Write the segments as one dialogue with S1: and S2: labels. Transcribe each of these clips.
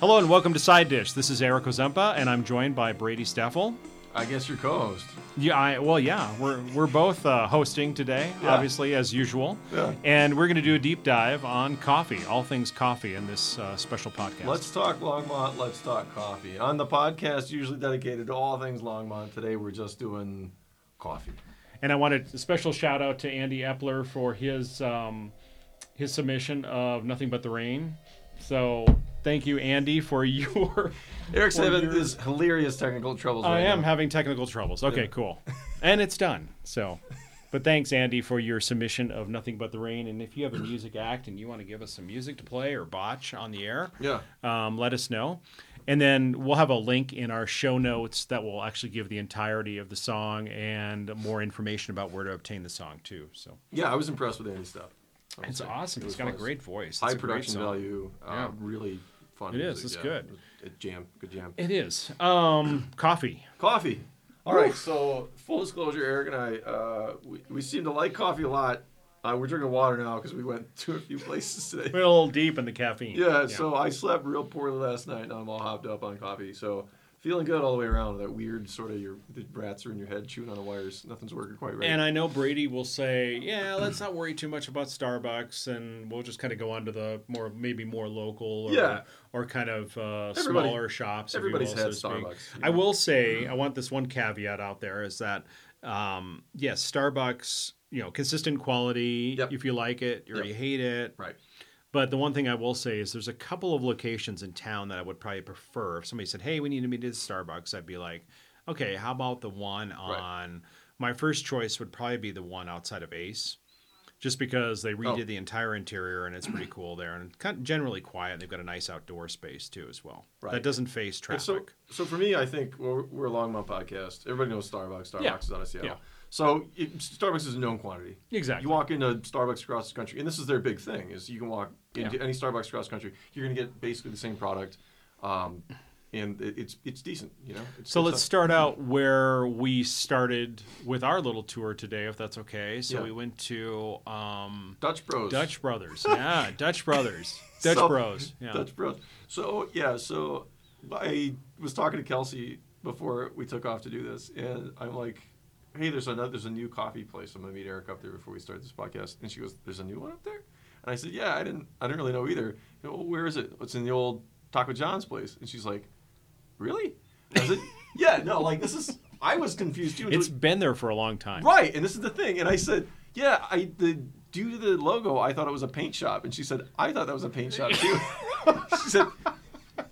S1: Hello and welcome to Side Dish. This is Eric Ozempa, and I'm joined by Brady Steffel.
S2: I guess your co-host.
S1: Yeah, I, well, yeah, we're we're both uh, hosting today, obviously as usual,
S2: Yeah.
S1: and we're going to do a deep dive on coffee, all things coffee, in this uh, special podcast.
S2: Let's talk Longmont. Let's talk coffee. On the podcast, usually dedicated to all things Longmont. Today, we're just doing coffee.
S1: and I wanted a special shout out to Andy Epler for his um, his submission of Nothing But the Rain. So thank you, Andy, for your.
S2: Eric's
S1: Well,
S2: having
S1: you're-
S2: this hilarious technical troubles.
S1: I
S2: right
S1: am
S2: Now.
S1: having technical troubles. Okay, cool. And it's done. So, but thanks, Andy, for your submission of Nothing But the Rain. And if you have a music act and you want to give us some music to play or botch on the air,
S2: Yeah.
S1: um, let us know. And then we'll have a link in our show notes that will actually give the entirety of the song and more information about where to obtain the song, too. So
S2: Yeah, I was impressed with Andy's stuff. I would
S1: it's
S2: say.
S1: awesome.
S2: It
S1: He's
S2: was
S1: got a
S2: fun.
S1: great voice.
S2: High
S1: It's a great
S2: production
S1: song.
S2: value. Uh,
S1: Yeah.
S2: Really fun.
S1: It is.
S2: music,
S1: It's
S2: yeah.
S1: good.
S2: It jam. Good jam.
S1: It is. Um, coffee.
S2: Coffee. All right. So full disclosure, Eric and I, uh, we, we seem to like coffee a lot. Uh, we're drinking water now because we went to a few places today.
S1: We're a little deep in the caffeine.
S2: Yeah, so I slept real poorly last night, and I'm all hopped up on coffee. So feeling good all the way around. That weird sort of your the rats are in your head chewing on the wires. Nothing's working quite right.
S1: And uh, I know Brady will say, "Yeah, let's not worry too much about Starbucks, and we'll just kind of go on to the more, maybe more local, or,
S2: Yeah.
S1: or kind of uh,
S2: Everybody-
S1: smaller shops." if you
S2: everybody's
S1: will, so
S2: had
S1: to speak.
S2: Starbucks, you
S1: I
S2: know. Mm-hmm.
S1: will say, I want this one caveat out there is that, um, yes, Starbucks, you know, consistent quality.
S2: Yep.
S1: If you like it or
S2: Yep.
S1: you hate it,
S2: right.
S1: but the one thing I will say is there's a couple of locations in town that I would probably prefer. If somebody said, "Hey, we need to meet at Starbucks," I'd be like, "Okay, how about the one on?" My first choice would probably be the one outside of Ace, just because they redid
S2: Oh.
S1: the entire interior and it's pretty cool there, and kind of generally quiet. And they've got a nice outdoor space too as well. That
S2: Right.
S1: doesn't face traffic.
S2: So, so for me, I think we're, we're a Longmont podcast. Everybody knows Starbucks. Starbucks
S1: Yeah.
S2: is out of Seattle.
S1: Yeah.
S2: So it, Starbucks is a known quantity.
S1: Exactly.
S2: You walk into Starbucks across the country, and this is their big thing: is you can walk into
S1: Yeah.
S2: any Starbucks across the country, you're going to get basically the same product, um, and it, it's it's decent. You know. It's,
S1: So
S2: it's
S1: let's
S2: not-
S1: start out where we started with our little tour today, if that's okay. So
S2: Yeah.
S1: we went to um,
S2: Dutch Bros.
S1: Dutch Brothers. Yeah, Dutch Brothers. Dutch
S2: So-
S1: Bros. Yeah.
S2: Dutch Bros. So yeah, so I was talking to Kelsey before we took off to do this, and I'm like, "Hey, there's another there's a new coffee place. I'm gonna meet Eric up there before we start this podcast." And she goes, "There's a new one up there?" And I said, "Yeah, I didn't I didn't really know either. You know, well, where is it? It's in the old Taco John's place." And she's like, "Really?" And I said, "Yeah, no, like this is." I was confused too. until
S1: It's been there for a long time.
S2: Right, and this is the thing. And I said, yeah, I the due to the logo, I thought it was a paint shop, and she said, I thought that was a paint shop too. she said,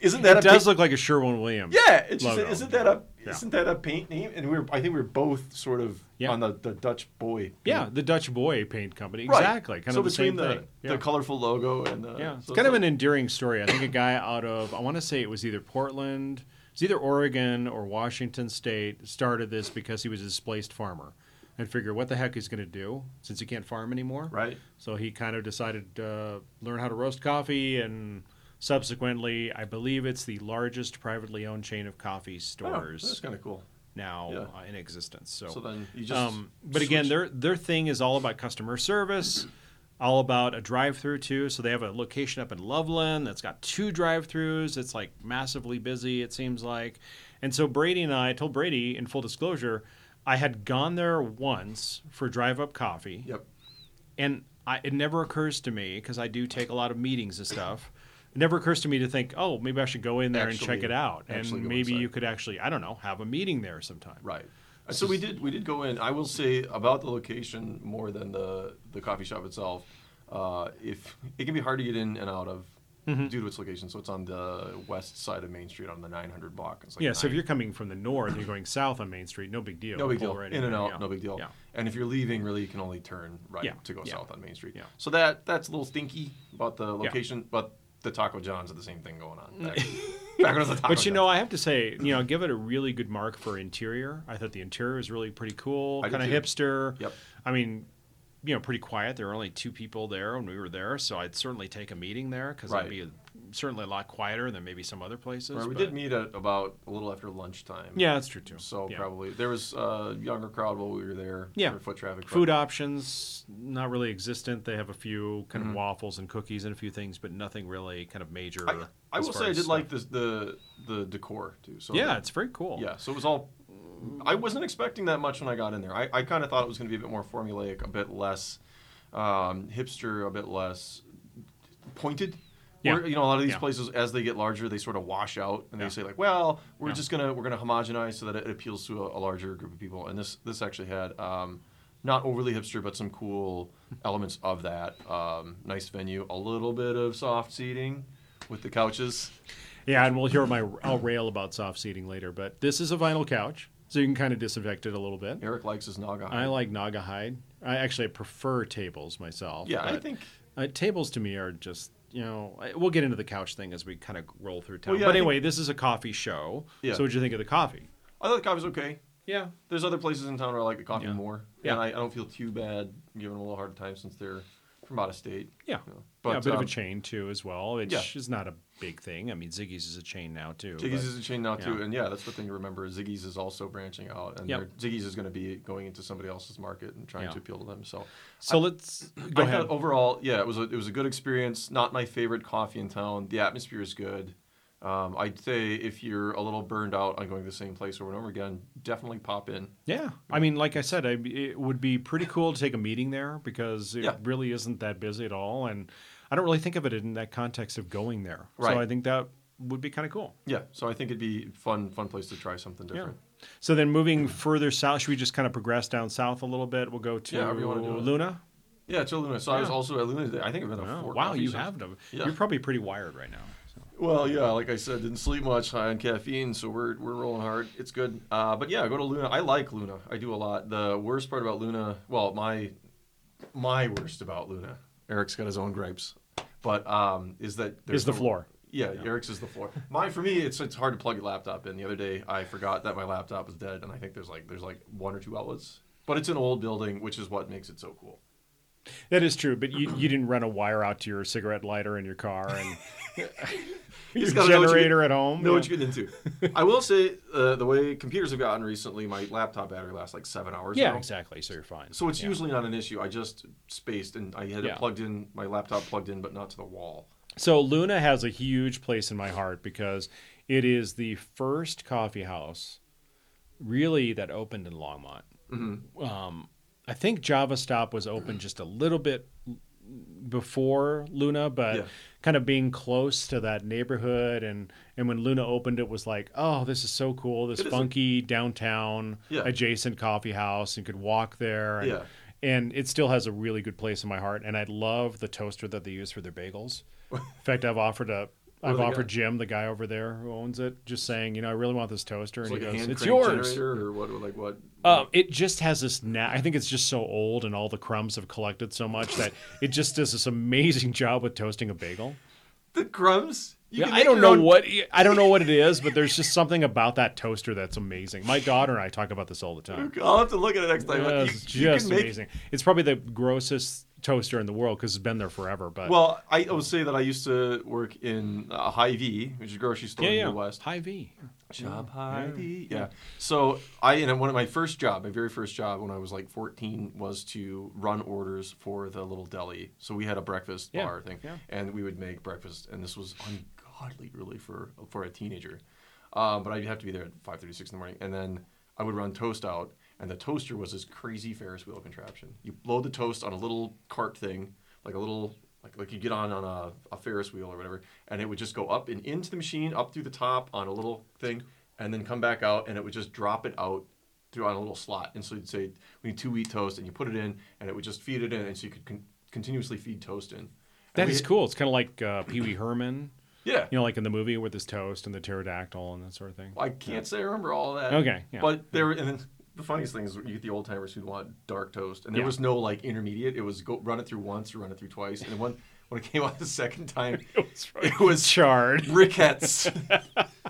S2: isn't that
S1: It
S2: a
S1: does
S2: paint?
S1: look like a Sherwin Williams.
S2: yeah? And she
S1: logo.
S2: said, isn't that a
S1: Yeah.
S2: isn't that a paint name? And we were, I think we were both sort of
S1: Yeah.
S2: on the, the Dutch boy. paint.
S1: Yeah, the Dutch Boy paint company.
S2: Right.
S1: Exactly. Kind
S2: so
S1: of the
S2: between
S1: same
S2: the,
S1: thing. Yeah.
S2: the colorful logo and the
S1: yeah.
S2: so
S1: It's kind of an endearing story. I think a guy out of I want to say it was either Portland, it's either Oregon or Washington State started this because he was a displaced farmer and figured what the heck he's going to do since he can't farm anymore.
S2: right.
S1: So he kind of decided to uh, learn how to roast coffee, and subsequently, I believe it's the largest privately owned chain of coffee
S2: Oh, that's
S1: stores
S2: kind of cool.
S1: now
S2: yeah.
S1: uh, in existence. So,
S2: So then you just
S1: um, but again,
S2: switch-
S1: their their thing is all about customer service, all about a drive-through too. So they have a location up in Loveland that's got two drive-throughs. It's like massively busy. It seems like, and so Brady and I I told Brady in full disclosure, I had gone there once for drive-up coffee
S2: yep.
S1: and I, it never occurs to me because I do take a lot of meetings and stuff. It never occurs to me to think, oh, maybe I should go in there and check
S2: Actually-
S1: it out, and
S2: actually go
S1: maybe
S2: inside.
S1: you could actually, I don't know, have a meeting there sometime.
S2: Right. Uh, So we did we did go in. I will say about the location more than the the coffee shop itself. Uh, if it can be hard to get in and out of
S1: Mm-hmm.
S2: due to its location, so it's on the west side of Main Street on the 900 block. It's like
S1: Yeah. So if
S2: nine-
S1: you're coming from the north, and you're going south on Main Street. No big deal.
S2: no big
S1: Pull
S2: deal,
S1: right
S2: in and
S1: there,
S2: out,
S1: yeah.
S2: no big deal.
S1: Yeah.
S2: And if you're leaving, really, you can only turn right
S1: Yeah,
S2: to go
S1: yeah.
S2: south on Main Street.
S1: Yeah.
S2: So that that's a little stinky about the location, but the Taco John's had the same thing going on. Back, back when it was a Taco
S1: But you
S2: John's.
S1: know, I have to say, you know, give it a really good mark for interior. I thought the interior was really pretty cool,
S2: I did
S1: kind of
S2: too.
S1: hipster.
S2: Yep.
S1: I mean, you know pretty quiet. There were only two people there when we were there, so I'd certainly take a meeting there because
S2: Right.
S1: it'd be certainly a lot quieter than maybe some other places.
S2: Right, we
S1: but-
S2: did meet at about a little after lunchtime.
S1: Yeah, that's true too.
S2: So
S1: Yeah.
S2: probably there was a younger crowd while we were there.
S1: Yeah.
S2: For foot traffic. but-
S1: Food options not really existent. They have a few kind
S2: Mm-hmm.
S1: of waffles and cookies and a few things, but nothing really kind of major.
S2: I, I
S1: as
S2: will
S1: far
S2: say I
S1: as
S2: did
S1: stuff.
S2: like this, the the decor too. So
S1: Yeah, it's very cool.
S2: Yeah, so it was all. I wasn't expecting that much when I got in there. I, I kind of thought it was going to be a bit more formulaic, a bit less um, hipster, a bit less pointed.
S1: Yeah.
S2: Where, you know, a lot of these
S1: Yeah.
S2: places, as they get larger, they sort of wash out, and they
S1: Yeah.
S2: say like, "Well, we're
S1: Yeah.
S2: just gonna we're gonna homogenize so that it appeals to a, a larger group of people." And this this actually had um, not overly hipster, but some cool elements of that. Um, nice venue, a little bit of soft seating with the couches.
S1: Yeah, and we'll hear my I'll rail about soft seating later, but this is a vinyl couch, so you can kind of disinfect it a little bit.
S2: Eric likes his naga.
S1: I like Naga hide. I actually prefer tables myself.
S2: yeah, I
S1: but,
S2: think
S1: uh, tables to me are just you know I- we'll get into the couch thing as we kind of roll through town.
S2: Well, yeah, I
S1: but
S2: think-
S1: anyway, this is a coffee show.
S2: Yeah.
S1: So what'd you think of the coffee?
S2: I thought the coffee was okay.
S1: Yeah,
S2: There's other places in town where I like the coffee
S1: Yeah.
S2: more.
S1: Yeah.
S2: And I, I don't feel too bad giving them a little hard time since they're from out of state.
S1: yeah,
S2: you know.
S1: yeah, a bit of
S2: um,
S1: a chain too as well, which
S2: yeah.
S1: is not a big thing. I mean, Ziggy's is a chain now too.
S2: Ziggy's
S1: but-
S2: is a chain now too,
S1: yeah.
S2: and yeah, that's the thing to remember. is Ziggy's is also branching out, and
S1: Yep.
S2: they're- Ziggy's is going to be going into somebody else's market and trying
S1: Yeah.
S2: to appeal to them. So
S1: so let's go
S2: I
S1: ahead.
S2: thought overall, yeah, it was a, it was a good experience. Not my favorite coffee in town. The atmosphere is good. Um, I'd say if you're a little burned out on going to the same place over and over again, definitely pop in.
S1: Yeah, I mean, like I said, I, it would be pretty cool to take a meeting there because it
S2: Yeah.
S1: really isn't that busy at all, and I don't really think of it in that context of going there.
S2: Right.
S1: So I think that would be kind of cool.
S2: Yeah, so I think it'd be fun fun place to try something different.
S1: Yeah. So then moving further south, should we just kind of progress down south a little bit? We'll go to
S2: Yeah, however you wanna do it.
S1: Luna.
S2: Yeah, it's Luna. So I was
S1: Yeah.
S2: also at Luna today. I think I've been
S1: Oh,
S2: there four.
S1: wow,
S2: coffee
S1: you
S2: shops.
S1: have them.
S2: Yeah.
S1: You're probably pretty wired right now. so.
S2: Well, yeah, like I said, didn't sleep much, high on caffeine, so we're we're rolling hard. It's good. Uh, but yeah, go to Luna. I like Luna. I do a lot. The worst part about Luna, well, my my worst about Luna. Eric's got his own gripes, but um, is that
S1: Is the
S2: no-
S1: floor?
S2: Yeah, Eric's is the floor. Mine for me, it's it's hard to plug your laptop in. The other day, I forgot that my laptop was dead, and I think there's like there's like one or two outlets. But it's an old building, which is what makes it so cool.
S1: That is true, but you, you didn't run a wire out to your cigarette lighter in your car and your
S2: just gotta know what you-
S1: generator at home.
S2: know
S1: Yeah.
S2: what you're getting into. I will say uh, the way computers have gotten recently, my laptop battery lasts like seven hours.
S1: yeah,
S2: now.
S1: exactly. So you're fine.
S2: So it's
S1: Yeah.
S2: usually not an issue. I just spaced and I had
S1: Yeah.
S2: it plugged in, my laptop plugged in, but not to the wall.
S1: So Luna has a huge place in my heart because it is the first coffee house, really, that opened in Longmont.
S2: Mm-hmm.
S1: Um, I think Java Stop was open just a little bit before Luna, but
S2: Yeah.
S1: kind of being close to that neighborhood. And, and when Luna opened, it was like, oh, this is so cool. This
S2: It is a-
S1: funky downtown
S2: Yeah.
S1: adjacent coffee house and could walk there. And,
S2: Yeah.
S1: and it still has a really good place in my heart. And I love the toaster that they use for their bagels. In fact, I've offered a.
S2: do
S1: I've
S2: they
S1: offered
S2: got?
S1: Jim, the guy over there who owns it, just saying, you know, I really want this toaster,
S2: It's
S1: and
S2: like
S1: he
S2: a
S1: goes,
S2: hand
S1: "It's
S2: crank
S1: yours."
S2: generator or what? Like what?
S1: Uh, it just has this. Na- I think it's just so old, and all the crumbs have collected so much that it just does this amazing job with toasting a bagel.
S2: the crumbs. You
S1: Yeah,
S2: can
S1: I
S2: make
S1: don't
S2: your
S1: know
S2: own-
S1: what I don't know what it is, but there's just something about that toaster that's amazing. My daughter and I talk about this all the time.
S2: I'll have to look at it next time.
S1: Yeah,
S2: Like,
S1: it's
S2: you- you can
S1: just
S2: make-
S1: amazing. It's probably the grossest toaster in the world because it's been there forever. But
S2: Well, I will say that I used to work in uh, Hy-Vee, which is a grocery store
S1: yeah,
S2: in
S1: yeah,
S2: the Midwest.
S1: high V.
S2: Job Heidi. Mm, Yeah. So I and one of my first job, my very first job when I was like 14 was to run orders for the little deli. So we had a breakfast
S1: Yeah,
S2: bar thing,
S1: yeah.
S2: and we would make breakfast, and this was ungodly really for for a teenager. Um, but I'd have to be there at 5:36 in the morning, and then I would run toast out, and the toaster was this crazy Ferris wheel contraption. You load the toast on a little cart thing, like a little like like you get on on a, a Ferris wheel or whatever, and it would just go up and into the machine, up through the top on a little thing, and then come back out, and it would just drop it out through on a little slot. And so you'd say we need two wheat toast, and you put it in, and it would just feed it in, and so you could con- continuously feed toast in.
S1: That
S2: And we-
S1: is cool. It's kind of like uh, Pee Wee Herman,
S2: Yeah.
S1: you know, like in the movie with his toast and the pterodactyl and that sort of thing.
S2: I can't say I remember all that.
S1: Okay, yeah.
S2: But there, and then the funniest thing is you get the old timers who want dark toast, and there
S1: Yeah.
S2: was no like intermediate. It was go run it through once or run it through twice, and then when when it came out the second time,
S1: It was,
S2: it was
S1: charred.
S2: briquettes.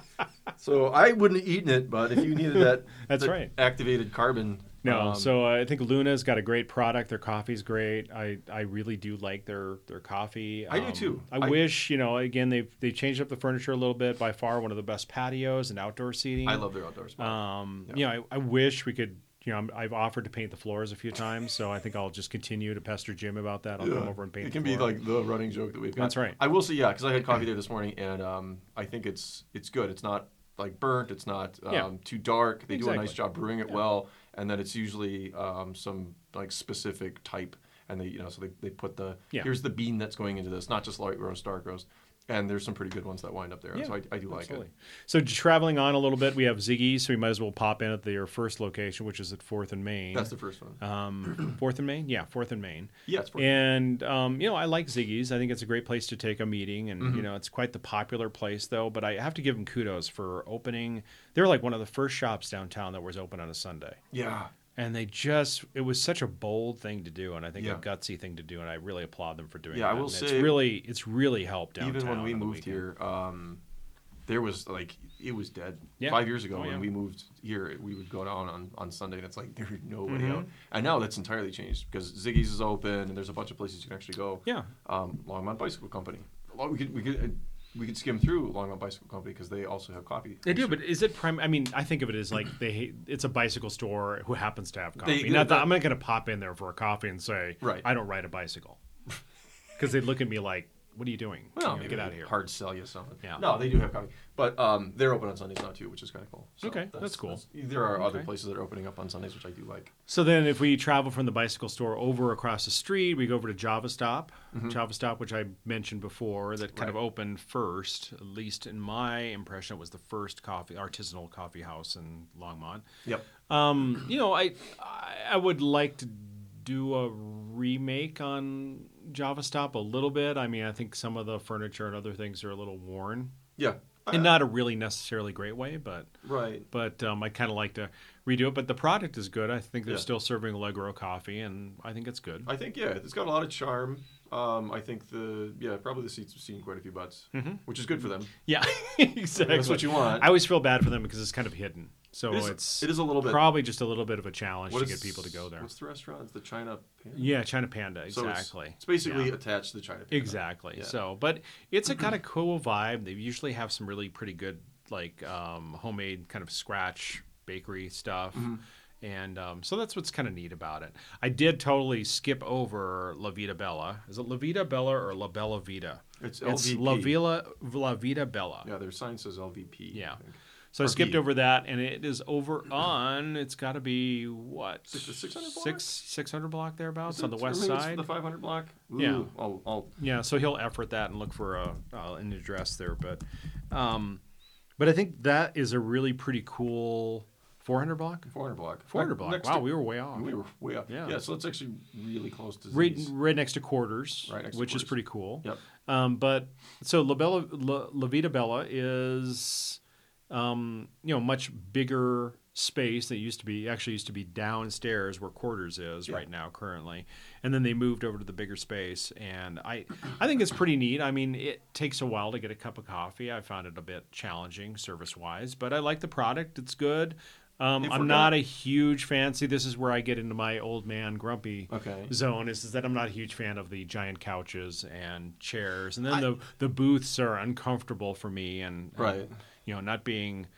S2: so I wouldn't have eaten it, but if you needed that,
S1: That's
S2: that
S1: right.
S2: activated carbon
S1: No,
S2: Um,
S1: so uh, I think Luna's got a great product. Their coffee's great. I, I really do like their their coffee. Um,
S2: I do too.
S1: I,
S2: I-
S1: wish you know again they have they changed up the furniture a little bit. By far one of the best patios and outdoor seating.
S2: I love their outdoor spot.
S1: Um,
S2: Yeah.
S1: You know, I, I wish we could. You know, I'm, I've offered to paint the floors a few times, so I think I'll just continue to pester Jim about that. I'll
S2: Yeah.
S1: come over and paint.
S2: It
S1: the
S2: can be
S1: floor.
S2: like the running joke that we've got.
S1: That's right.
S2: I will say yeah, because I had coffee there this morning, and um, I think it's it's good. It's not like burnt. It's not um,
S1: Yeah.
S2: too dark. They do a nice
S1: Exactly.
S2: job brewing it well, and then it's usually um, some like specific type, and they you know so they, they put the
S1: Yeah.
S2: here's the bean that's going into this, not just light roast, dark roast, and there's some pretty good ones that wind up there.
S1: Yeah,
S2: so I, I do
S1: Absolutely.
S2: like it.
S1: So j- traveling on a little bit, we have Ziggy, so we might as well pop in at their first location, which is at Fourth and Main.
S2: That's the first one.
S1: um, Fourth and Main, yeah, Fourth and Main.
S2: Yeah, it's perfect.
S1: And um, you know, I like Ziggy's. I think it's a great place to take a meeting, and
S2: Mm-hmm.
S1: you know, it's quite the popular place though. But I have to give them kudos for opening. They're like one of the first shops downtown that was open on a Sunday,
S2: yeah.
S1: and they just it was such a bold thing to do, and I think
S2: Yeah.
S1: a gutsy thing to do, and I really applaud them for doing.
S2: Yeah, I
S1: that.
S2: will
S1: and
S2: say-
S1: it's really it's really helped downtown.
S2: even when we
S1: on the
S2: moved
S1: weekend.
S2: here um, there was like it was dead
S1: Yeah.
S2: five years ago
S1: Oh,
S2: when
S1: yeah.
S2: we moved here we would go down on, on sunday and it's like there's nobody
S1: Mhm.
S2: out and now that's entirely changed because ziggy's is open and there's a bunch of places you can actually go
S1: yeah,
S2: um, longmont bicycle company Well, we could we could uh, we could skim through longmont bicycle company because they also have coffee
S1: They do, but is it prime? I mean, I think of it as like they it's a bicycle store who happens to have coffee.
S2: They-
S1: not that,
S2: that-
S1: I'm not going to pop in there for a coffee and say,
S2: Right.
S1: I don't ride a bicycle," because they look at me like, "What are you doing?
S2: well,
S1: You know,
S2: maybe
S1: get
S2: they
S1: out of here."
S2: Hard sell you something.
S1: Yeah.
S2: No, they do have coffee, but um, they're open on Sundays now too, which is kind of cool. So
S1: Okay, that's cool.
S2: there are other
S1: Okay.
S2: places that are opening up on Sundays, which I do like.
S1: So then, if we travel from the bicycle store over across the street, we go over to Java Stop. Java Stop, which I mentioned before, that kind of
S2: Mm-hmm. Right.
S1: opened first, at least in my impression, it was the first coffee artisanal coffee house in Longmont.
S2: Yep.
S1: Um, you know, I, I I would like to do a remake on Java Stop a little bit. I mean, I think some of the furniture and other things are a little worn,
S2: Oh, Yeah.
S1: and not a really necessarily great way, but
S2: right.
S1: but um, I kind of like to redo it. But the product is good. I think they're
S2: Yeah.
S1: still serving Allegro coffee, and I think it's good.
S2: I think yeah, it's got a lot of charm. Um, I think the yeah, probably the seats have seen quite a few butts,
S1: Mm-hmm.
S2: which is good for them.
S1: yeah, exactly.
S2: That's what you want.
S1: I always feel bad for them because it's kind of hidden. So
S2: It is-
S1: it's
S2: it is a little bit-
S1: probably just a little bit of a challenge
S2: What
S1: to
S2: is-
S1: get people to go there.
S2: What's the restaurant? It's the China Panda.
S1: Yeah, China Panda,
S2: So it's-
S1: exactly.
S2: It's, basically
S1: Yeah.
S2: attached to the China Panda.
S1: Exactly.
S2: Yeah.
S1: So, but it's a kind of cool vibe. They usually have some really pretty good, like um, homemade kind of scratch bakery stuff,
S2: Mm-hmm.
S1: and um, so that's what's kind of neat about it. I did totally skip over La Vida Bella. Is it La Vida Bella or La Bella Vida?
S2: It's
S1: It's
S2: LVP.
S1: La Villa La Vida Bella.
S2: Yeah, their sign says LVP. I
S1: Yeah.
S2: think.
S1: So I
S2: Or
S1: skipped
S2: V.
S1: over that, and it is over on. It's got to be what
S2: Six- the 600 block?
S1: six six hundred block thereabouts
S2: Is
S1: on the
S2: it- or
S1: west
S2: maybe it's
S1: side.
S2: the 500 block.
S1: Yeah.
S2: Ooh, I'll, I'll,
S1: Yeah, so he'll effort that and look for a, uh, an address there, but, um, but I think that is a really pretty cool 400 block.
S2: 400 block.
S1: 400
S2: Next-
S1: block.
S2: next
S1: Wow,
S2: to-
S1: we were way off.
S2: we were way up.
S1: Yeah.
S2: Yeah. So it's actually really close to.
S1: right,
S2: Z's.
S1: right next to quarters,
S2: Right next to
S1: which is
S2: Quarters.
S1: pretty cool.
S2: Yep.
S1: Um, but so La, Bella, La, La Vida Bella is, um, you know, much bigger space that used to be actually used to be downstairs where quarters is
S2: Yeah.
S1: right now currently, and then they moved over to the bigger space, and I, I think it's pretty neat. I mean, it takes a while to get a cup of coffee. I found it a bit challenging service wise, but I like the product. It's good. Um,
S2: If
S1: I'm
S2: we're
S1: not a
S2: gonna-
S1: huge fan. See, this is where I get into my old man grumpy
S2: Okay.
S1: zone is, is that I'm not a huge fan of the giant couches and chairs, and then
S2: I-
S1: the the booths are uncomfortable for me, and, and,
S2: Right.
S1: you know, not being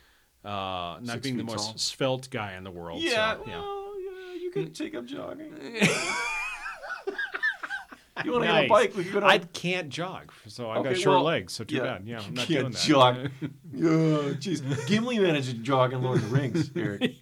S1: uh, not
S2: Six
S1: being the
S2: feet
S1: most
S2: tall.
S1: svelte guy in the world.
S2: Yeah,
S1: so,
S2: well, yeah, you can
S1: Mm.
S2: take up jogging. you want to get
S1: Nice.
S2: a bike? We can go down.
S1: I can't jog, so I've got
S2: Okay,
S1: short
S2: well,
S1: legs. So too bad. Yeah,
S2: you
S1: I'm not
S2: can't
S1: doing that.
S2: jog. yeah, jeez. Gimli managed to jog in Lord of the Rings, Eric.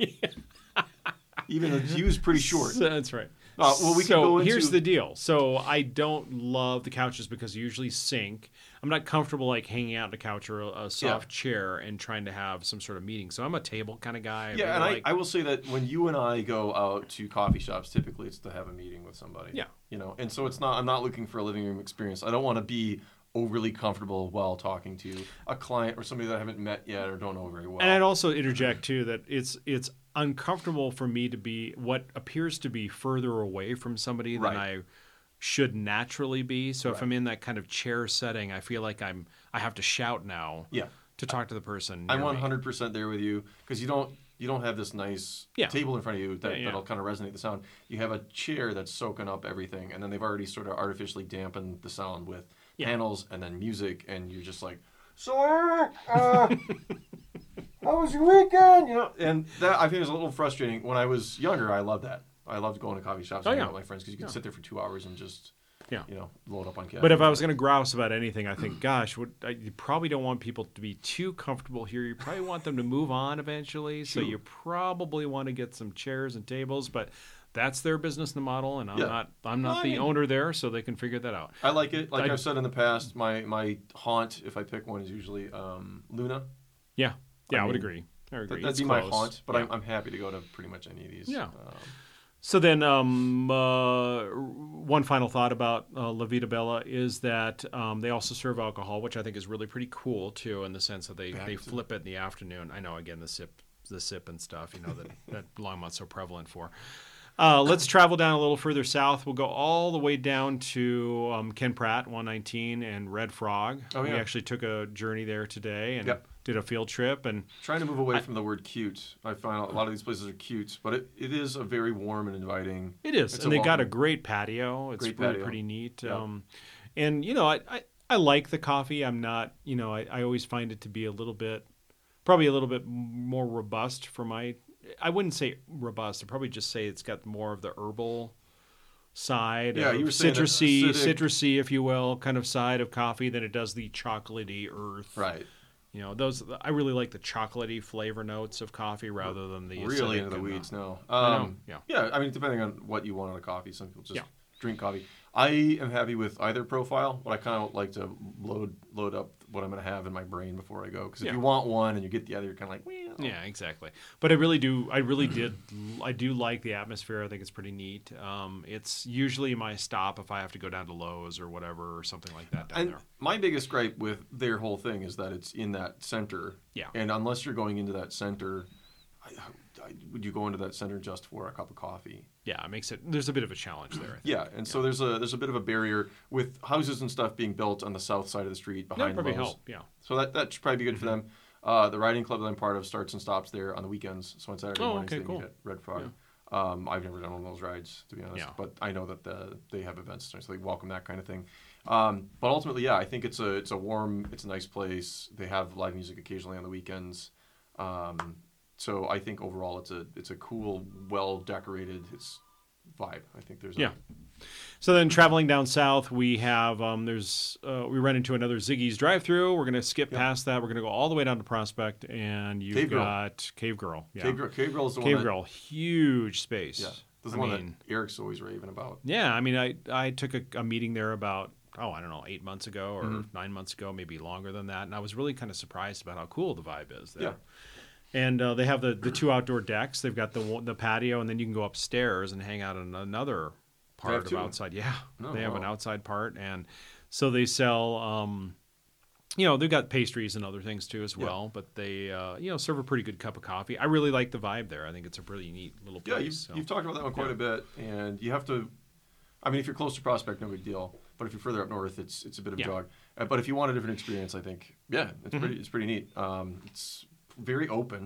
S2: Even though he was pretty short.
S1: So that's right.
S2: Uh, well, we can
S1: so
S2: go into-
S1: here's the deal. So I don't love the couches because they usually sink. I'm not comfortable like hanging out in a couch or a, a soft chair and trying to have some sort of meeting. So I'm a table kind of guy.
S2: Yeah, and
S1: really
S2: I,
S1: like-
S2: I will say that when you and I go out to coffee shops, typically it's to have a meeting with somebody.
S1: Yeah.
S2: You know, and so it's not, I'm not looking for a living room experience. I don't want to be overly comfortable while talking to a client or somebody that I haven't met yet or don't know very well.
S1: And I'd also interject too that it's it's uncomfortable for me to be what appears to be further away from somebody than
S2: Right.
S1: I should naturally be. So if
S2: Right.
S1: I'm in that kind of chair setting, I feel like I'm I have to shout now
S2: yeah.
S1: to talk to the person.
S2: I'm
S1: near me.
S2: 100 percent there with you because you don't you don't have this nice
S1: Yeah.
S2: table in front of you that,
S1: Yeah, yeah.
S2: that'll kind of resonate the sound. You have a chair that's soaking up everything, and then they've already sort of artificially dampened the sound with
S1: Yeah.
S2: panels and then music, and you're just like,
S3: So Eric, uh, how was your weekend? You know,
S2: and that I think was a little frustrating. When I was younger, I loved that. I loved going to coffee shops
S1: Oh,
S2: and
S1: yeah.
S2: hanging out with my friends because you could
S1: Yeah.
S2: sit there for two hours and just,
S1: Yeah.
S2: you know, load up on caffeine.
S1: But if I was going to grouse about anything, I think, gosh, would, I, you probably don't want people to be too comfortable here. You probably want them to move on eventually. So
S2: Sure.
S1: you probably want to get some chairs and tables, but that's their business model, and I'm
S2: Yeah.
S1: not I'm not
S2: Well, I
S1: the
S2: mean-
S1: owner there, so they can figure that out.
S2: I like it. Like
S1: I-
S2: I, have said in the past, my my haunt, if I pick one, is usually um, Luna.
S1: Yeah, yeah, I,
S2: I
S1: would
S2: mean,
S1: agree. I would
S2: That,
S1: agree.
S2: that'd
S1: It's
S2: be my
S1: close.
S2: haunt, but
S1: Yeah.
S2: I'm, I'm happy to go to pretty much any of these.
S1: Yeah.
S2: Um,
S1: So then, um, uh, one final thought about uh, La Vida Bella is that um, they also serve alcohol, which I think is really pretty cool too, in the sense that they,
S2: Back
S1: they
S2: to-
S1: flip it in the afternoon. I know, again, the sip, the sip and stuff, you know, that that Longmont's so prevalent for. Uh, let's travel down a little further south. We'll go all the way down to um, Ken Pratt, 119, and Red Frog.
S2: Oh,
S1: We
S2: yeah.
S1: actually took a journey there today and
S2: Yep.
S1: did a field trip, and
S2: trying to move away from the word cute. I find a lot of these places are cute, but it, it is a very warm and inviting.
S1: It is,
S2: It's
S1: and
S2: a
S1: they got a
S2: long-
S1: great patio. It's
S2: Great
S1: really
S2: patio.
S1: pretty neat.
S2: Yeah.
S1: Um, and you know, I, I I like the coffee. I'm not, you know, I, I always find it to be a little bit, probably a little bit more robust for my. I wouldn't say robust. I'd probably just say it's got more of the herbal side,
S2: Yeah,
S1: of
S2: you were saying that
S1: citrusy,
S2: acidic-
S1: citrusy, if you will, kind of side of coffee than it does the chocolatey earth.
S2: Right.
S1: You know, those I really like the chocolatey flavor notes of coffee rather than the
S2: really
S1: acidic
S2: into the
S1: and
S2: weeds now.
S1: uh, I know,
S2: Um,
S1: yeah.
S2: Yeah. I mean, depending on what you want on a coffee, some people just
S1: Yeah.
S2: drink coffee. I am happy with either profile, but I kind of like to load load up what I'm going to have in my brain before I go. Because if
S1: Yeah.
S2: you want one and you get the other, you're kind of like, well,
S1: Yeah, exactly. But I really do. I really did. I do like the atmosphere. I think it's pretty neat. Um, it's usually my stop if I have to go down to Lowe's or whatever or something like that down
S2: And
S1: there.
S2: my biggest gripe with their whole thing is that it's in that center.
S1: Yeah.
S2: And unless you're going into that center, I, I, would you go into that center just for a cup of coffee?
S1: Yeah, it makes it. There's a bit of a challenge there. I think.
S2: Yeah. And so there's a there's a bit of a barrier with houses and stuff being built on the south side of the street
S1: That'd
S2: behind.
S1: probably
S2: Lowe's.
S1: help. Yeah.
S2: So that that should probably be good for them. Uh, the riding club that I'm part of starts and stops there on the weekends. So on Saturday
S1: Oh,
S2: mornings
S1: okay,
S2: they
S1: cool.
S2: meet at Red Frog. Um, I've never done one of those rides to be honest,
S1: Yeah.
S2: but I know that the, they have events, so they welcome that kind of thing. Um, but ultimately, yeah, I think it's a it's a warm, it's a nice place. They have live music occasionally on the weekends. Um, so I think overall, it's a it's a cool, well decorated it's vibe. I think there's
S1: Yeah. So then traveling down south, we have um, there's uh, we run into another Ziggy's drive-through. We're gonna skip past that. We're gonna go all the way down to Prospect, and you've
S2: Cave Girl.
S1: got Cave Girl.
S2: a
S1: Yeah.
S2: Cave Girl, Cave Girl is the
S1: Cave
S2: one.
S1: Girl, huge space.
S2: That, yeah, this is
S1: I
S2: the one
S1: mean-
S2: that Eric's always raving about.
S1: Yeah, I mean, I I took a, a meeting there about oh I don't know eight months ago or
S2: Mhm.
S1: nine months ago, maybe longer than that, and I was really kind of surprised about how cool the vibe is there.
S2: Yeah.
S1: And uh, they have the, the two outdoor decks. They've got the one- the patio, and then you can go upstairs and hang out in another part of
S2: two?
S1: outside. Yeah,
S2: Oh,
S1: they have an
S2: wow.
S1: outside part, and so they sell. Um, you know, they've got pastries and other things too as
S2: Yeah.
S1: well, but they uh, you know serve a pretty good cup of coffee. I really like the vibe there. I think it's a pretty neat little place.
S2: Yeah, you've,
S1: so.
S2: you've talked about that one quite a bit, and you have to. I mean, if you're close to Prospect, no big deal. But if you're further up north, it's it's a bit of a
S1: Yeah. Mm-hmm.
S2: jog. Uh, but if you want a different experience, I think yeah, it's pretty it's pretty neat. Um, it's very open,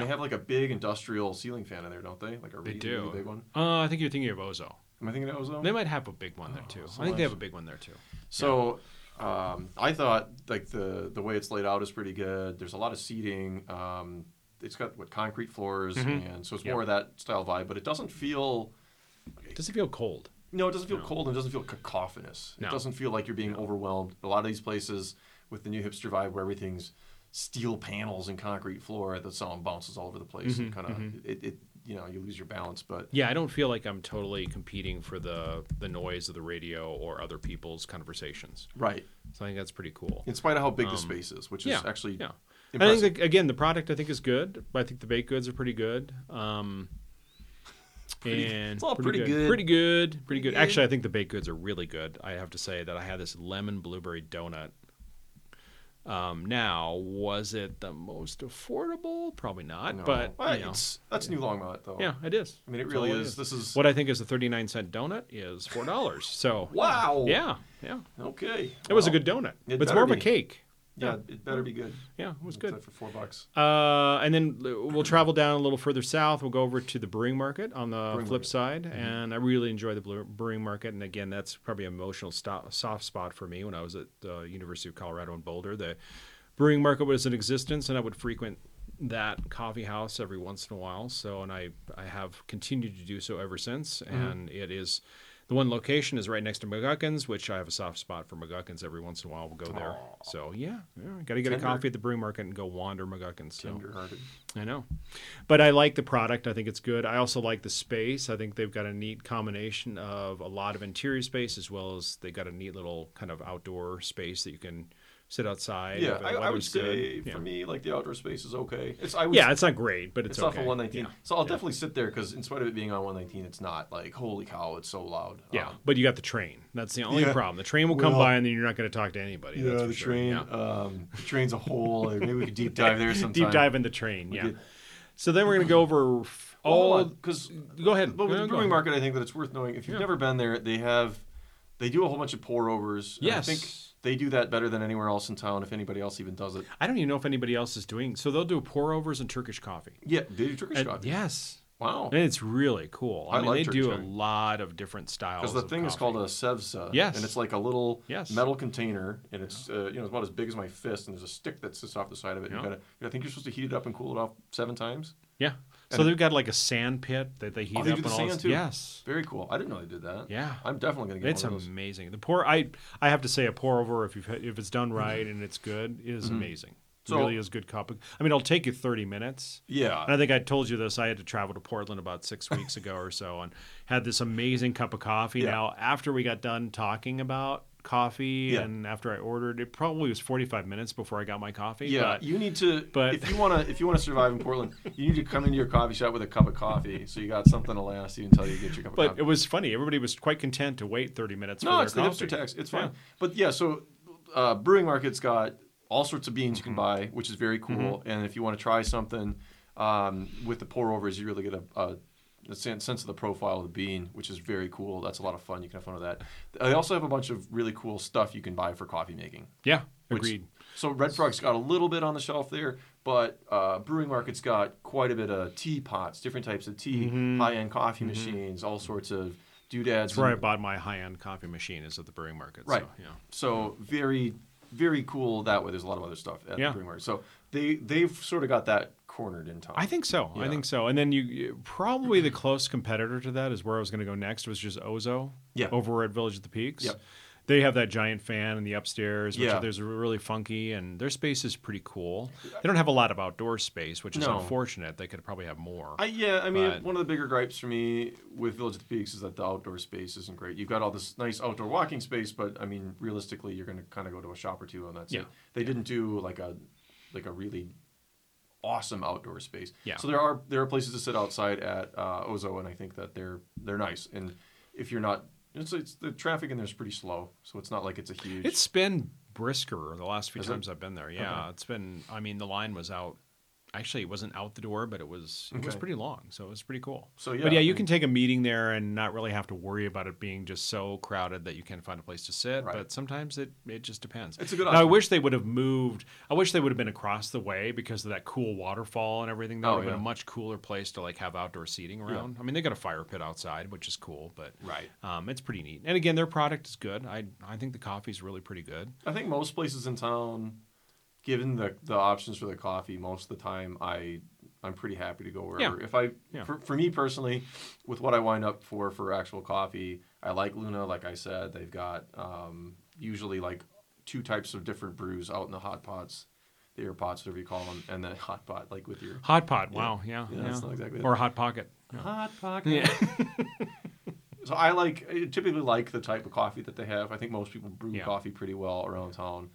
S1: Yeah.
S2: they have like a big industrial ceiling fan in there, don't they? Like a
S1: They
S2: really
S1: do.
S2: big one.
S1: Uh, I think you're thinking of Ozo.
S2: Am I thinking that was them?
S1: They might have a big one there too.
S2: so
S1: I think they have
S2: much.
S1: a big one there too.
S2: So um, I thought like the the way it's laid out is pretty good. There's a lot of seating. Um, it's got what concrete floors,
S1: Mhm.
S2: and so it's
S1: Yeah.
S2: more of that style vibe. But it doesn't feel
S1: Does it feel cold?
S2: No, it doesn't feel
S1: No.
S2: cold and it doesn't feel cacophonous.
S1: No.
S2: It doesn't feel like you're being overwhelmed. A lot of these places with the new hipster vibe where everything's steel panels and concrete floor, the sound bounces all over the place and kind of it, it you know, you lose your balance, but
S1: Mm-hmm, Yeah, I don't feel like I'm totally competing for the the noise of the radio or other people's conversations.
S2: right.
S1: So I think that's pretty cool.
S2: In spite of how big the space is, which is
S1: Um, yeah,
S2: actually
S1: yeah. I
S2: impressive.
S1: think that, again the product I think is good. I think the baked goods are pretty good. Um,
S2: pretty-
S1: and
S2: it's all pretty good.
S1: Pretty good. Pretty good.
S2: good.
S1: Actually, I think the baked goods are really good. I have to say that I had this lemon blueberry donut. Um, now, was it the most affordable? Probably not.
S2: No.
S1: But
S2: Well,
S1: you know.
S2: it's that's new Longmont though.
S1: Yeah, it is.
S2: Oh. I mean it
S1: That's
S2: really
S1: all
S2: is. This is
S1: What I think is a 39 cent donut is $4. So,
S2: Wow.
S1: yeah, yeah.
S2: Okay.
S1: It was a
S2: Well,
S1: good donut.
S2: It
S1: It's more of a
S2: better be.
S1: cake.
S2: Yeah, it better be good.
S1: Yeah, it was good.
S2: Except for four bucks.
S1: Uh, and then l- we'll travel down a little further south. We'll go over to the Brewing Market on the
S2: Brewing
S1: flip
S2: Market.
S1: side,
S2: Mm-hmm.
S1: and I really enjoy the Blue- Brewing Market. And again, that's probably an emotional sto- soft spot for me when I was at the University of Colorado in Boulder. The Brewing Market was in existence, and I would frequent that coffee house every once in a while. So, and I I have continued to do so ever since,
S2: Mm-hmm.
S1: and it is. The one location is right next to McGuckins, which I have a soft spot for McGuckins. Every once in a while, we'll go there. So yeah, yeah got to get a
S2: Tender.
S1: coffee at the Brewing Market and go wander McGuckins. So.
S2: Tender-hearted.
S1: I know. But I like the product. I think it's good. I also like the space. I think they've got a neat combination of a lot of interior space as well as they got a neat little kind of outdoor space that you can sit outside.
S2: Yeah,
S1: if the
S2: I, I would
S1: weather's good.
S2: say
S1: yeah.
S2: for me, like the outdoor space is okay. It's I would
S1: yeah, it's not great, but it's,
S2: It's,
S1: okay.
S2: off of 119.
S1: Yeah.
S2: So I'll definitely sit there because, in spite of it being on 119, it's not like, holy cow, it's so loud.
S1: Yeah,
S2: Um,
S1: but you got the train. That's the only
S2: Yeah.
S1: problem. The train will come
S2: Well-
S1: by, and then you're not going to talk to anybody.
S2: yeah,
S1: that's for
S2: the
S1: sure.
S2: train.
S1: Yeah.
S2: Um, the train's a whole. Maybe we could deep dive there sometime.
S1: Deep dive in the train. Yeah.
S2: could-
S1: So then we're going to go over f- all.
S2: because
S1: go ahead.
S2: But
S1: Go
S2: with the
S1: ahead.
S2: brewing market, I think that it's worth knowing. If you've never been there, they have they do a whole bunch of pour overs. and I think
S1: Yes.
S2: they do that better than anywhere else in town. If anybody else even does it,
S1: I don't even know if anybody else is doing. So they'll do pour overs and Turkish coffee.
S2: yeah, they do Turkish
S1: And-
S2: coffee.
S1: yes.
S2: Wow.
S1: And it's really cool. I,
S2: I
S1: mean,
S2: like
S1: they
S2: Turkish
S1: do a
S2: coffee.
S1: lot of different styles.
S2: Because the
S1: of
S2: thing is
S1: coffee.
S2: called a sevza.
S1: Yes.
S2: And it's like a little
S1: Yes.
S2: metal container, and it's uh, you know it's about as big as my fist, and there's a stick that sits off the side of it.
S1: Yeah.
S2: You gotta, I think you're supposed to heat it up and cool it off seven times. Oh,
S1: yeah. So they've got like a sand pit that they heat
S2: they
S1: up
S2: do
S1: and
S2: the
S1: all.
S2: sand,
S1: this-
S2: too?
S1: Yes,
S2: Very cool. I didn't know they did that.
S1: Yeah.
S2: I'm definitely gonna get
S1: it's
S2: one of those.
S1: amazing. The pour I I have to say a pour over if you if it's done right and it's good is amazing. It
S2: Mm-hmm. So-
S1: really is good cup. of- I mean, it'll take you thirty minutes. And
S2: Yeah.
S1: I think I told you this. I had to travel to Portland about six weeks ago or so, and had this amazing cup of coffee.
S2: Yeah.
S1: Now, after we got done talking about coffee,
S2: Yeah.
S1: and after I ordered, it probably was forty-five minutes before I got my coffee.
S2: Yeah,
S1: but-
S2: you need to.
S1: but-
S2: if you wanna, if you wanna survive in Portland, you need to come into your coffee shop with a cup of coffee, so you got something to last you until you get your cup of
S1: But
S2: coffee.
S1: it was funny. Everybody was quite content to wait 30 minutes for
S2: no,
S1: their
S2: it's
S1: coffee.
S2: the hipster tax. It's fine.
S1: Yeah.
S2: But yeah, so uh, brewing market's got all sorts of beans you can
S1: Mm-hmm.
S2: buy, which is very cool. And if you want to try something um, with the pour overs, you really get a, a, a sen- sense of the profile of the bean, which is very cool. That's a lot of fun. You can have fun with that. They also have a bunch of really cool stuff you can buy for coffee making.
S1: Yeah,
S2: Which-
S1: agreed.
S2: So Red Frog's got a little bit on the shelf there, but uh, Brewing Market's got quite a bit of teapots, different types of tea, high-end coffee machines, all sorts of doodads.
S1: Mm-hmm. That's where I
S2: and-
S1: bought my high-end coffee machine is at the brewing market.
S2: Right.
S1: So, yeah.
S2: So very, very cool that way. There's a lot of other stuff at
S1: Yeah.
S2: the Brewing Market. So they they've sort of got that cornered in time.
S1: I think so. I
S2: Yeah.
S1: think so. And then you- you probably the close competitor to that is where I was going to go next was just Ozo
S2: Yeah.
S1: over at Village of the Peaks.
S2: Yep.
S1: They have that giant fan in the upstairs, which
S2: Yeah.
S1: there's really funky, and their space is pretty cool. They don't have a lot of outdoor space, which is
S2: No.
S1: unfortunate. They could probably have more.
S2: I, yeah, I mean,
S1: But-
S2: one of the bigger gripes for me with Village of the Peaks is that the outdoor space isn't great. You've got all this nice outdoor walking space, but I mean, realistically, you're going to kind of go to a shop or two, and that's
S1: Yeah.
S2: it. They didn't do like a like a really awesome outdoor space.
S1: Yeah.
S2: So there are there are places to sit outside at uh, Ozo, and I think that they're they're nice. And if you're not, it's, it's the traffic in there's pretty slow, so it's not like it's a huge.
S1: It's been brisker the last few
S2: Has it?
S1: times I've been there. Yeah, it's been. I mean, the line was out. Actually, it wasn't out the door, but it was. It was
S2: Okay.
S1: pretty long, so it was pretty cool.
S2: So,
S1: but
S2: yeah,
S1: yeah, you
S2: and-
S1: can take a meeting there and not really have to worry about it being just so crowded that you can't find a place to sit.
S2: Right.
S1: But sometimes it it just depends.
S2: It's a good
S1: Now, I
S2: option.
S1: wish they would have moved. I wish they would have been across the way because of that cool waterfall and everything. That
S2: Oh,
S1: would have been
S2: yeah.
S1: a much cooler place to like have outdoor seating around. I mean, they got a fire pit outside, which is cool, but
S2: Right.
S1: um, it's pretty neat. And again, their product is good. I I think the coffee's really pretty good.
S2: I think most places in town, given the the options for the coffee, most of the time I I'm pretty happy to go wherever.
S1: Yeah.
S2: If I
S1: Yeah.
S2: for, for me personally, with what I wind up for for actual coffee, I like Luna. Like I said, they've got um, usually like two types of different brews out in the hot pots, the air pots, whatever you call them, and then hot pot like with your
S1: Hot pot. Wow. Yeah.
S2: Yeah, that's not exactly it.
S1: Or a hot pocket.
S2: hot pocket. So I like I typically like the type of coffee that they have. I think most people brew
S1: Yeah.
S2: coffee pretty well around town.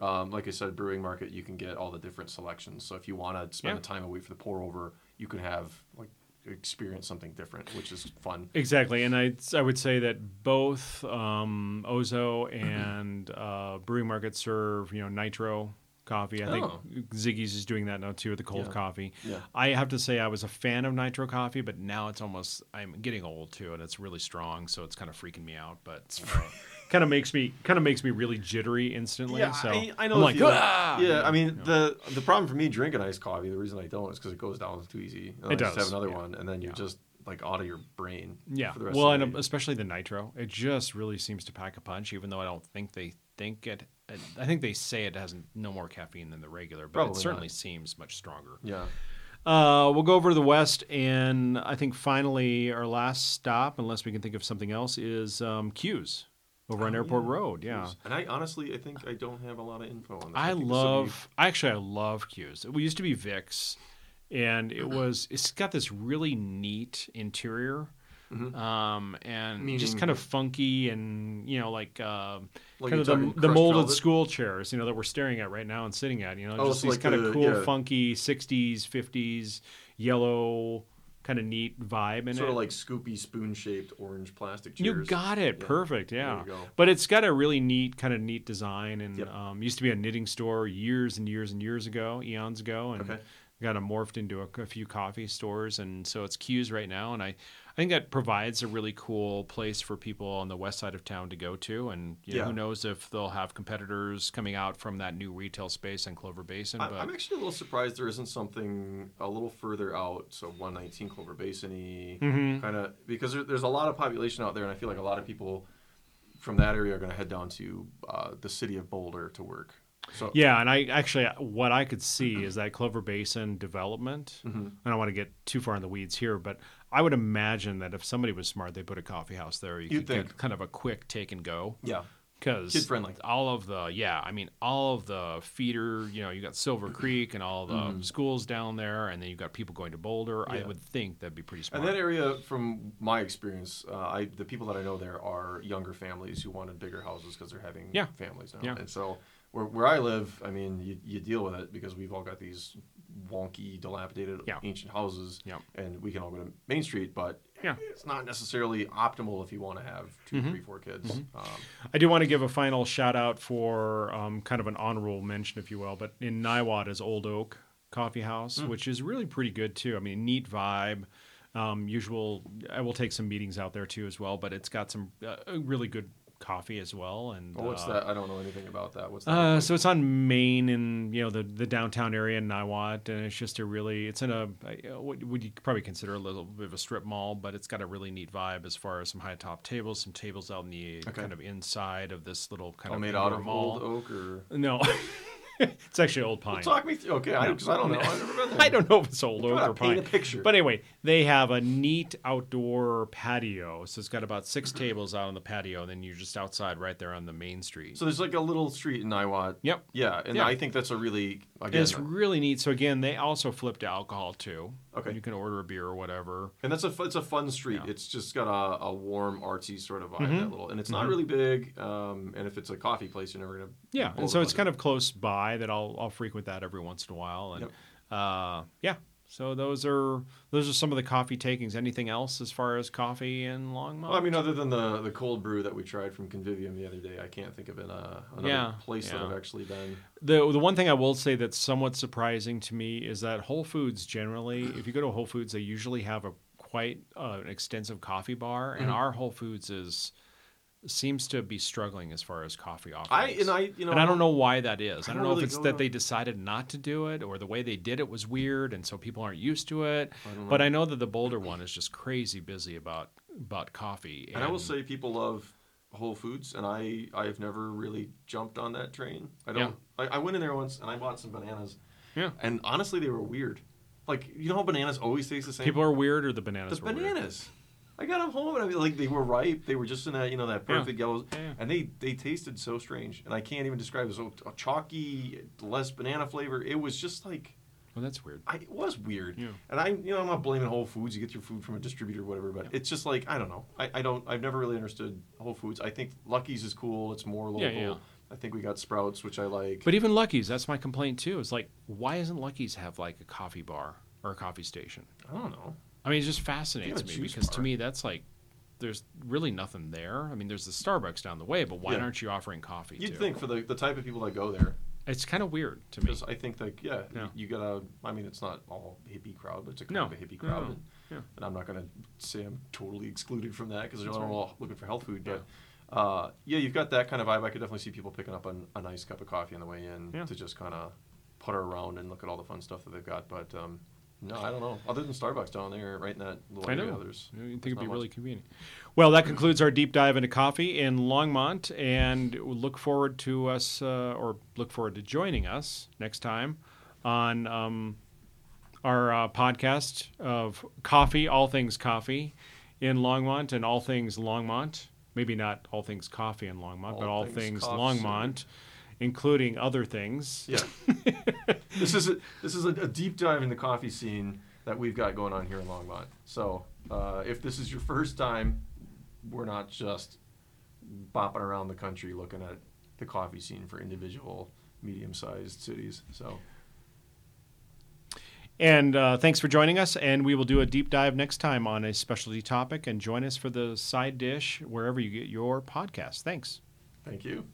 S2: Um, like I said, brewing market you can get all the different selections. So if you want to spend
S1: Yeah.
S2: the time away for the pour over, you can have like experience something different, which is fun.
S1: Exactly. And I, I would say that both um, Ozo and uh, Brewing Market serve, you know, nitro coffee. I
S2: Oh.
S1: think Ziggy's is doing that now too with the cold
S2: Yeah.
S1: coffee.
S2: Yeah.
S1: I have to say I was a fan of nitro coffee, but now it's almost I'm getting old too and it's really strong, so it's kind of freaking me out, but uh, kind of makes me kind of makes me really jittery instantly.
S2: Yeah,
S1: so
S2: I, I know.
S1: am
S2: the
S1: like,
S2: feeling.
S1: "Ah!"
S2: yeah, I mean the the problem for me drinking iced coffee. The reason I don't is because it goes down too easy. And I
S1: It
S2: just
S1: does,
S2: Have another
S1: yeah.
S2: one, and then you're
S1: Yeah.
S2: just like out of your brain.
S1: Yeah.
S2: For the rest
S1: well,
S2: of the
S1: and
S2: day.
S1: especially the nitro, it just really seems to pack a punch. Even though I don't think they think it. I think they say it has no more caffeine than the regular, but
S2: Probably
S1: it
S2: not.
S1: certainly seems much stronger.
S2: yeah.
S1: Uh, we'll go over to the west, and I think finally our last stop, unless we can think of something else, is um, Q's over on
S2: Oh,
S1: Airport
S2: yeah.
S1: Road. Yeah.
S2: And I honestly, I think I don't have a lot of info on this.
S1: I
S2: think this will be-
S1: love. Actually, I love Q's. We used to be Vic's, and it
S2: Mm-hmm.
S1: was. It's got this really neat interior,
S2: Mhm.
S1: um, and just
S2: Meaning-
S1: kind of funky, and you know, like, um
S2: Like
S1: kind of
S2: you're
S1: the,
S2: talking
S1: the
S2: crushed
S1: molded
S2: velvet?
S1: school chairs, you know, that we're staring at right now and sitting at. You know,
S2: Oh,
S1: just
S2: so
S1: these
S2: like
S1: kind
S2: the-
S1: of cool,
S2: yeah.
S1: funky '60s, '50s, yellow, kind of neat vibe in
S2: sort
S1: it.
S2: of like scoopy spoon shaped orange plastic chairs.
S1: You got it.
S2: Yeah.
S1: Perfect.
S2: There
S1: Yeah.
S2: you go.
S1: But it's got a really neat kind of neat design and
S2: Yep.
S1: um, used to be a knitting store years and years and years ago, eons ago, and
S2: Okay.
S1: got morphed into a, a few coffee stores. And so it's Q's right now. And I, I think that provides a really cool place for people on the west side of town to go to. And you know,
S2: Yeah.
S1: who knows if they'll have competitors coming out from that new retail space in Clover Basin.
S2: I-
S1: but
S2: I'm actually a little surprised there isn't something a little further out, so 119 Clover Basin y
S1: Mhm.
S2: kind of because there, there's a lot of population out there, and I feel like a lot of people from that area are going to head down to uh, the city of Boulder to work. So
S1: Yeah, and I actually uh, what I could see is that Clover Basin development.
S2: Mm-hmm.
S1: I don't want to get too far in the weeds here, but I would imagine that if somebody was smart, they put a coffee house there. You
S2: You'd
S1: could get
S2: think. Mm-hmm.
S1: kind of a quick take and go
S2: yeah,
S1: because
S2: Kid-friendly.
S1: All of the yeah, I mean all of the feeder. You know, you got Silver Creek and all the schools down there, and then you've got people going to Boulder. I
S2: Mm-hmm. Yeah.
S1: would think that'd be pretty smart.
S2: and that area, from my experience, uh, I the people that I know there are younger families who wanted bigger houses because they're having
S1: Yeah.
S2: families now,
S1: Yeah.
S2: and so. Where, where I live, I mean, you, you deal with it because we've all got these wonky, dilapidated,
S1: Yeah.
S2: ancient houses,
S1: Yeah.
S2: and we can all go to Main Street, but
S1: yeah. Mm-hmm.
S2: it's not necessarily optimal if you want to have two, three, four kids. Um,
S1: I do want to give a final shout out for um, kind of an honorable mention, if you will, but in Niwot is Old Oak Coffee House,
S2: Hmm.
S1: which is really pretty good too. I mean, neat vibe. Um, usual, I will take some meetings out there too as well, but it's got some uh, really good coffee as well. And
S2: well, Oh, what's
S1: uh,
S2: that? I don't know anything about that. What's that?
S1: uh,
S2: like?
S1: so it's on Main and you know the the downtown area in Niwot, and it's just a really it's in a uh, what would you probably consider a little bit of a strip mall, but it's got a really neat vibe as far as some high top tables, some tables out in the
S2: Okay.
S1: kind of inside of this little kind
S2: All
S1: of
S2: made
S1: indoor
S2: out of
S1: mall.
S2: old oak or?
S1: No, it's actually old pine.
S2: Talk me through. Okay, because I, don't know. I've never been there.
S1: I don't know if it's old
S2: Try
S1: oak
S2: to
S1: or
S2: paint
S1: pine.
S2: a picture.
S1: But anyway, they have a neat outdoor patio, so it's got about six tables out on the patio, and then you're just outside right there on the main street.
S2: So there's like a little street in Niwot.
S1: Yep.
S2: Yeah, and
S1: Yeah.
S2: I think that's a really
S1: And
S2: again,
S1: it's really neat. So again, they also flip to alcohol too.
S2: Okay.
S1: You can order a beer or whatever.
S2: and that's a fu- it's a fun street.
S1: Yeah. Mm-hmm.
S2: It's just got a, a warm artsy sort of vibe. That little, and it's not really big. Um, and if it's a coffee place, you're never gonna.
S1: Yeah. And so it's kind of close by that I'll I'll frequent that every once in a while. And uh yeah. So those are those are some of the coffee takings. Anything else as far as coffee and Longmont?
S2: Well, I mean, uh, other than the the cold brew that we tried from Convivium the other day, I can't think of an, uh, another
S1: Yeah,
S2: place that
S1: yeah.
S2: I've actually been.
S1: the the one thing I will say that's somewhat surprising to me is that Whole Foods generally, if you go to Whole Foods, they usually have a quite uh, an extensive coffee bar,
S2: Mm-hmm.
S1: and our Whole Foods is seems to be struggling as far as coffee
S2: I
S1: offerings.
S2: and I you know
S1: and I don't know why that is. I
S2: I
S1: don't
S2: don't
S1: know
S2: really
S1: if it's
S2: go
S1: that
S2: to-
S1: they decided not to do it or the way they did it was weird and so people aren't used to it.
S2: don't
S1: but I know that the Boulder one is just crazy busy about about coffee.
S2: And I will say, people love Whole Foods, and I I've never really jumped on that train. I don't. I, I went in there once and I bought some bananas,
S1: yeah,
S2: and honestly, they were weird. Like you know how bananas always taste the same.
S1: people are weird or the bananas
S2: the
S1: were weird.
S2: bananas. I got them home and I mean, like they were ripe. They were just in that you know that
S1: Yeah.
S2: perfect yellow,
S1: Yeah, yeah.
S2: and they they tasted so strange, and I can't even describe it. So a chalky, less banana flavor. It was just like.
S1: Well, that's weird.
S2: I, it was weird.
S1: Yeah.
S2: And I, you know, I'm not blaming Whole Foods. You get your food from a distributor or whatever, but it's just like I don't know. I, I don't. I've never really understood Whole Foods. I think Lucky's is cool. It's more local.
S1: Yeah, yeah.
S2: I think we got Sprouts, which I like.
S1: But even Lucky's, that's my complaint too. It's like, why doesn't Lucky's have like a coffee bar or a coffee station?
S2: I don't know.
S1: I mean, it just
S2: They have
S1: fascinates
S2: a
S1: me
S2: juice
S1: because to
S2: bar.
S1: me, that's like, there's really nothing there. I mean, there's the Starbucks down the way, but why
S2: Yeah.
S1: aren't you offering coffee?
S2: You'd
S1: too?
S2: think for the the type of people that go there,
S1: it's kind of weird to me.
S2: because I think like yeah,
S1: Yeah.
S2: you gotta. I mean, it's not all hippie crowd, but it's a kind
S1: No.
S2: of a hippie crowd.
S1: No.
S2: And,
S1: Yeah.
S2: and I'm not gonna say I'm totally excluded from that because they're
S1: That's
S2: all
S1: right.
S2: looking for health food,
S1: Yeah.
S2: but. uh, yeah, you've got that kind of vibe. I could definitely see people picking up an, a nice cup of coffee on the way in
S1: Yeah.
S2: to just kind of putter around and look at all the fun stuff that they've got. But um, no, I don't know. Other than Starbucks down there, right in that little
S1: I
S2: area,
S1: know.
S2: there's
S1: I think it'd
S2: not
S1: be
S2: much.
S1: really convenient. Well, that concludes our deep dive into coffee in Longmont, and look forward to us, uh, or look forward to joining us next time on um, our uh, podcast of coffee, all things coffee in Longmont, and all things Longmont. Maybe not all things coffee in Longmont, but all
S2: All things
S1: things,
S2: coffee.
S1: Longmont, including other things.
S2: Yeah. this is a, this is a, a deep dive in the coffee scene that we've got going on here in Longmont. So uh, if this is your first time, we're not just bopping around the country looking at the coffee scene for individual medium-sized cities. So
S1: And uh, thanks for joining us. And we will do a deep dive next time on a specialty topic. And join us for the side dish wherever you get your podcast. Thanks.
S2: thank you.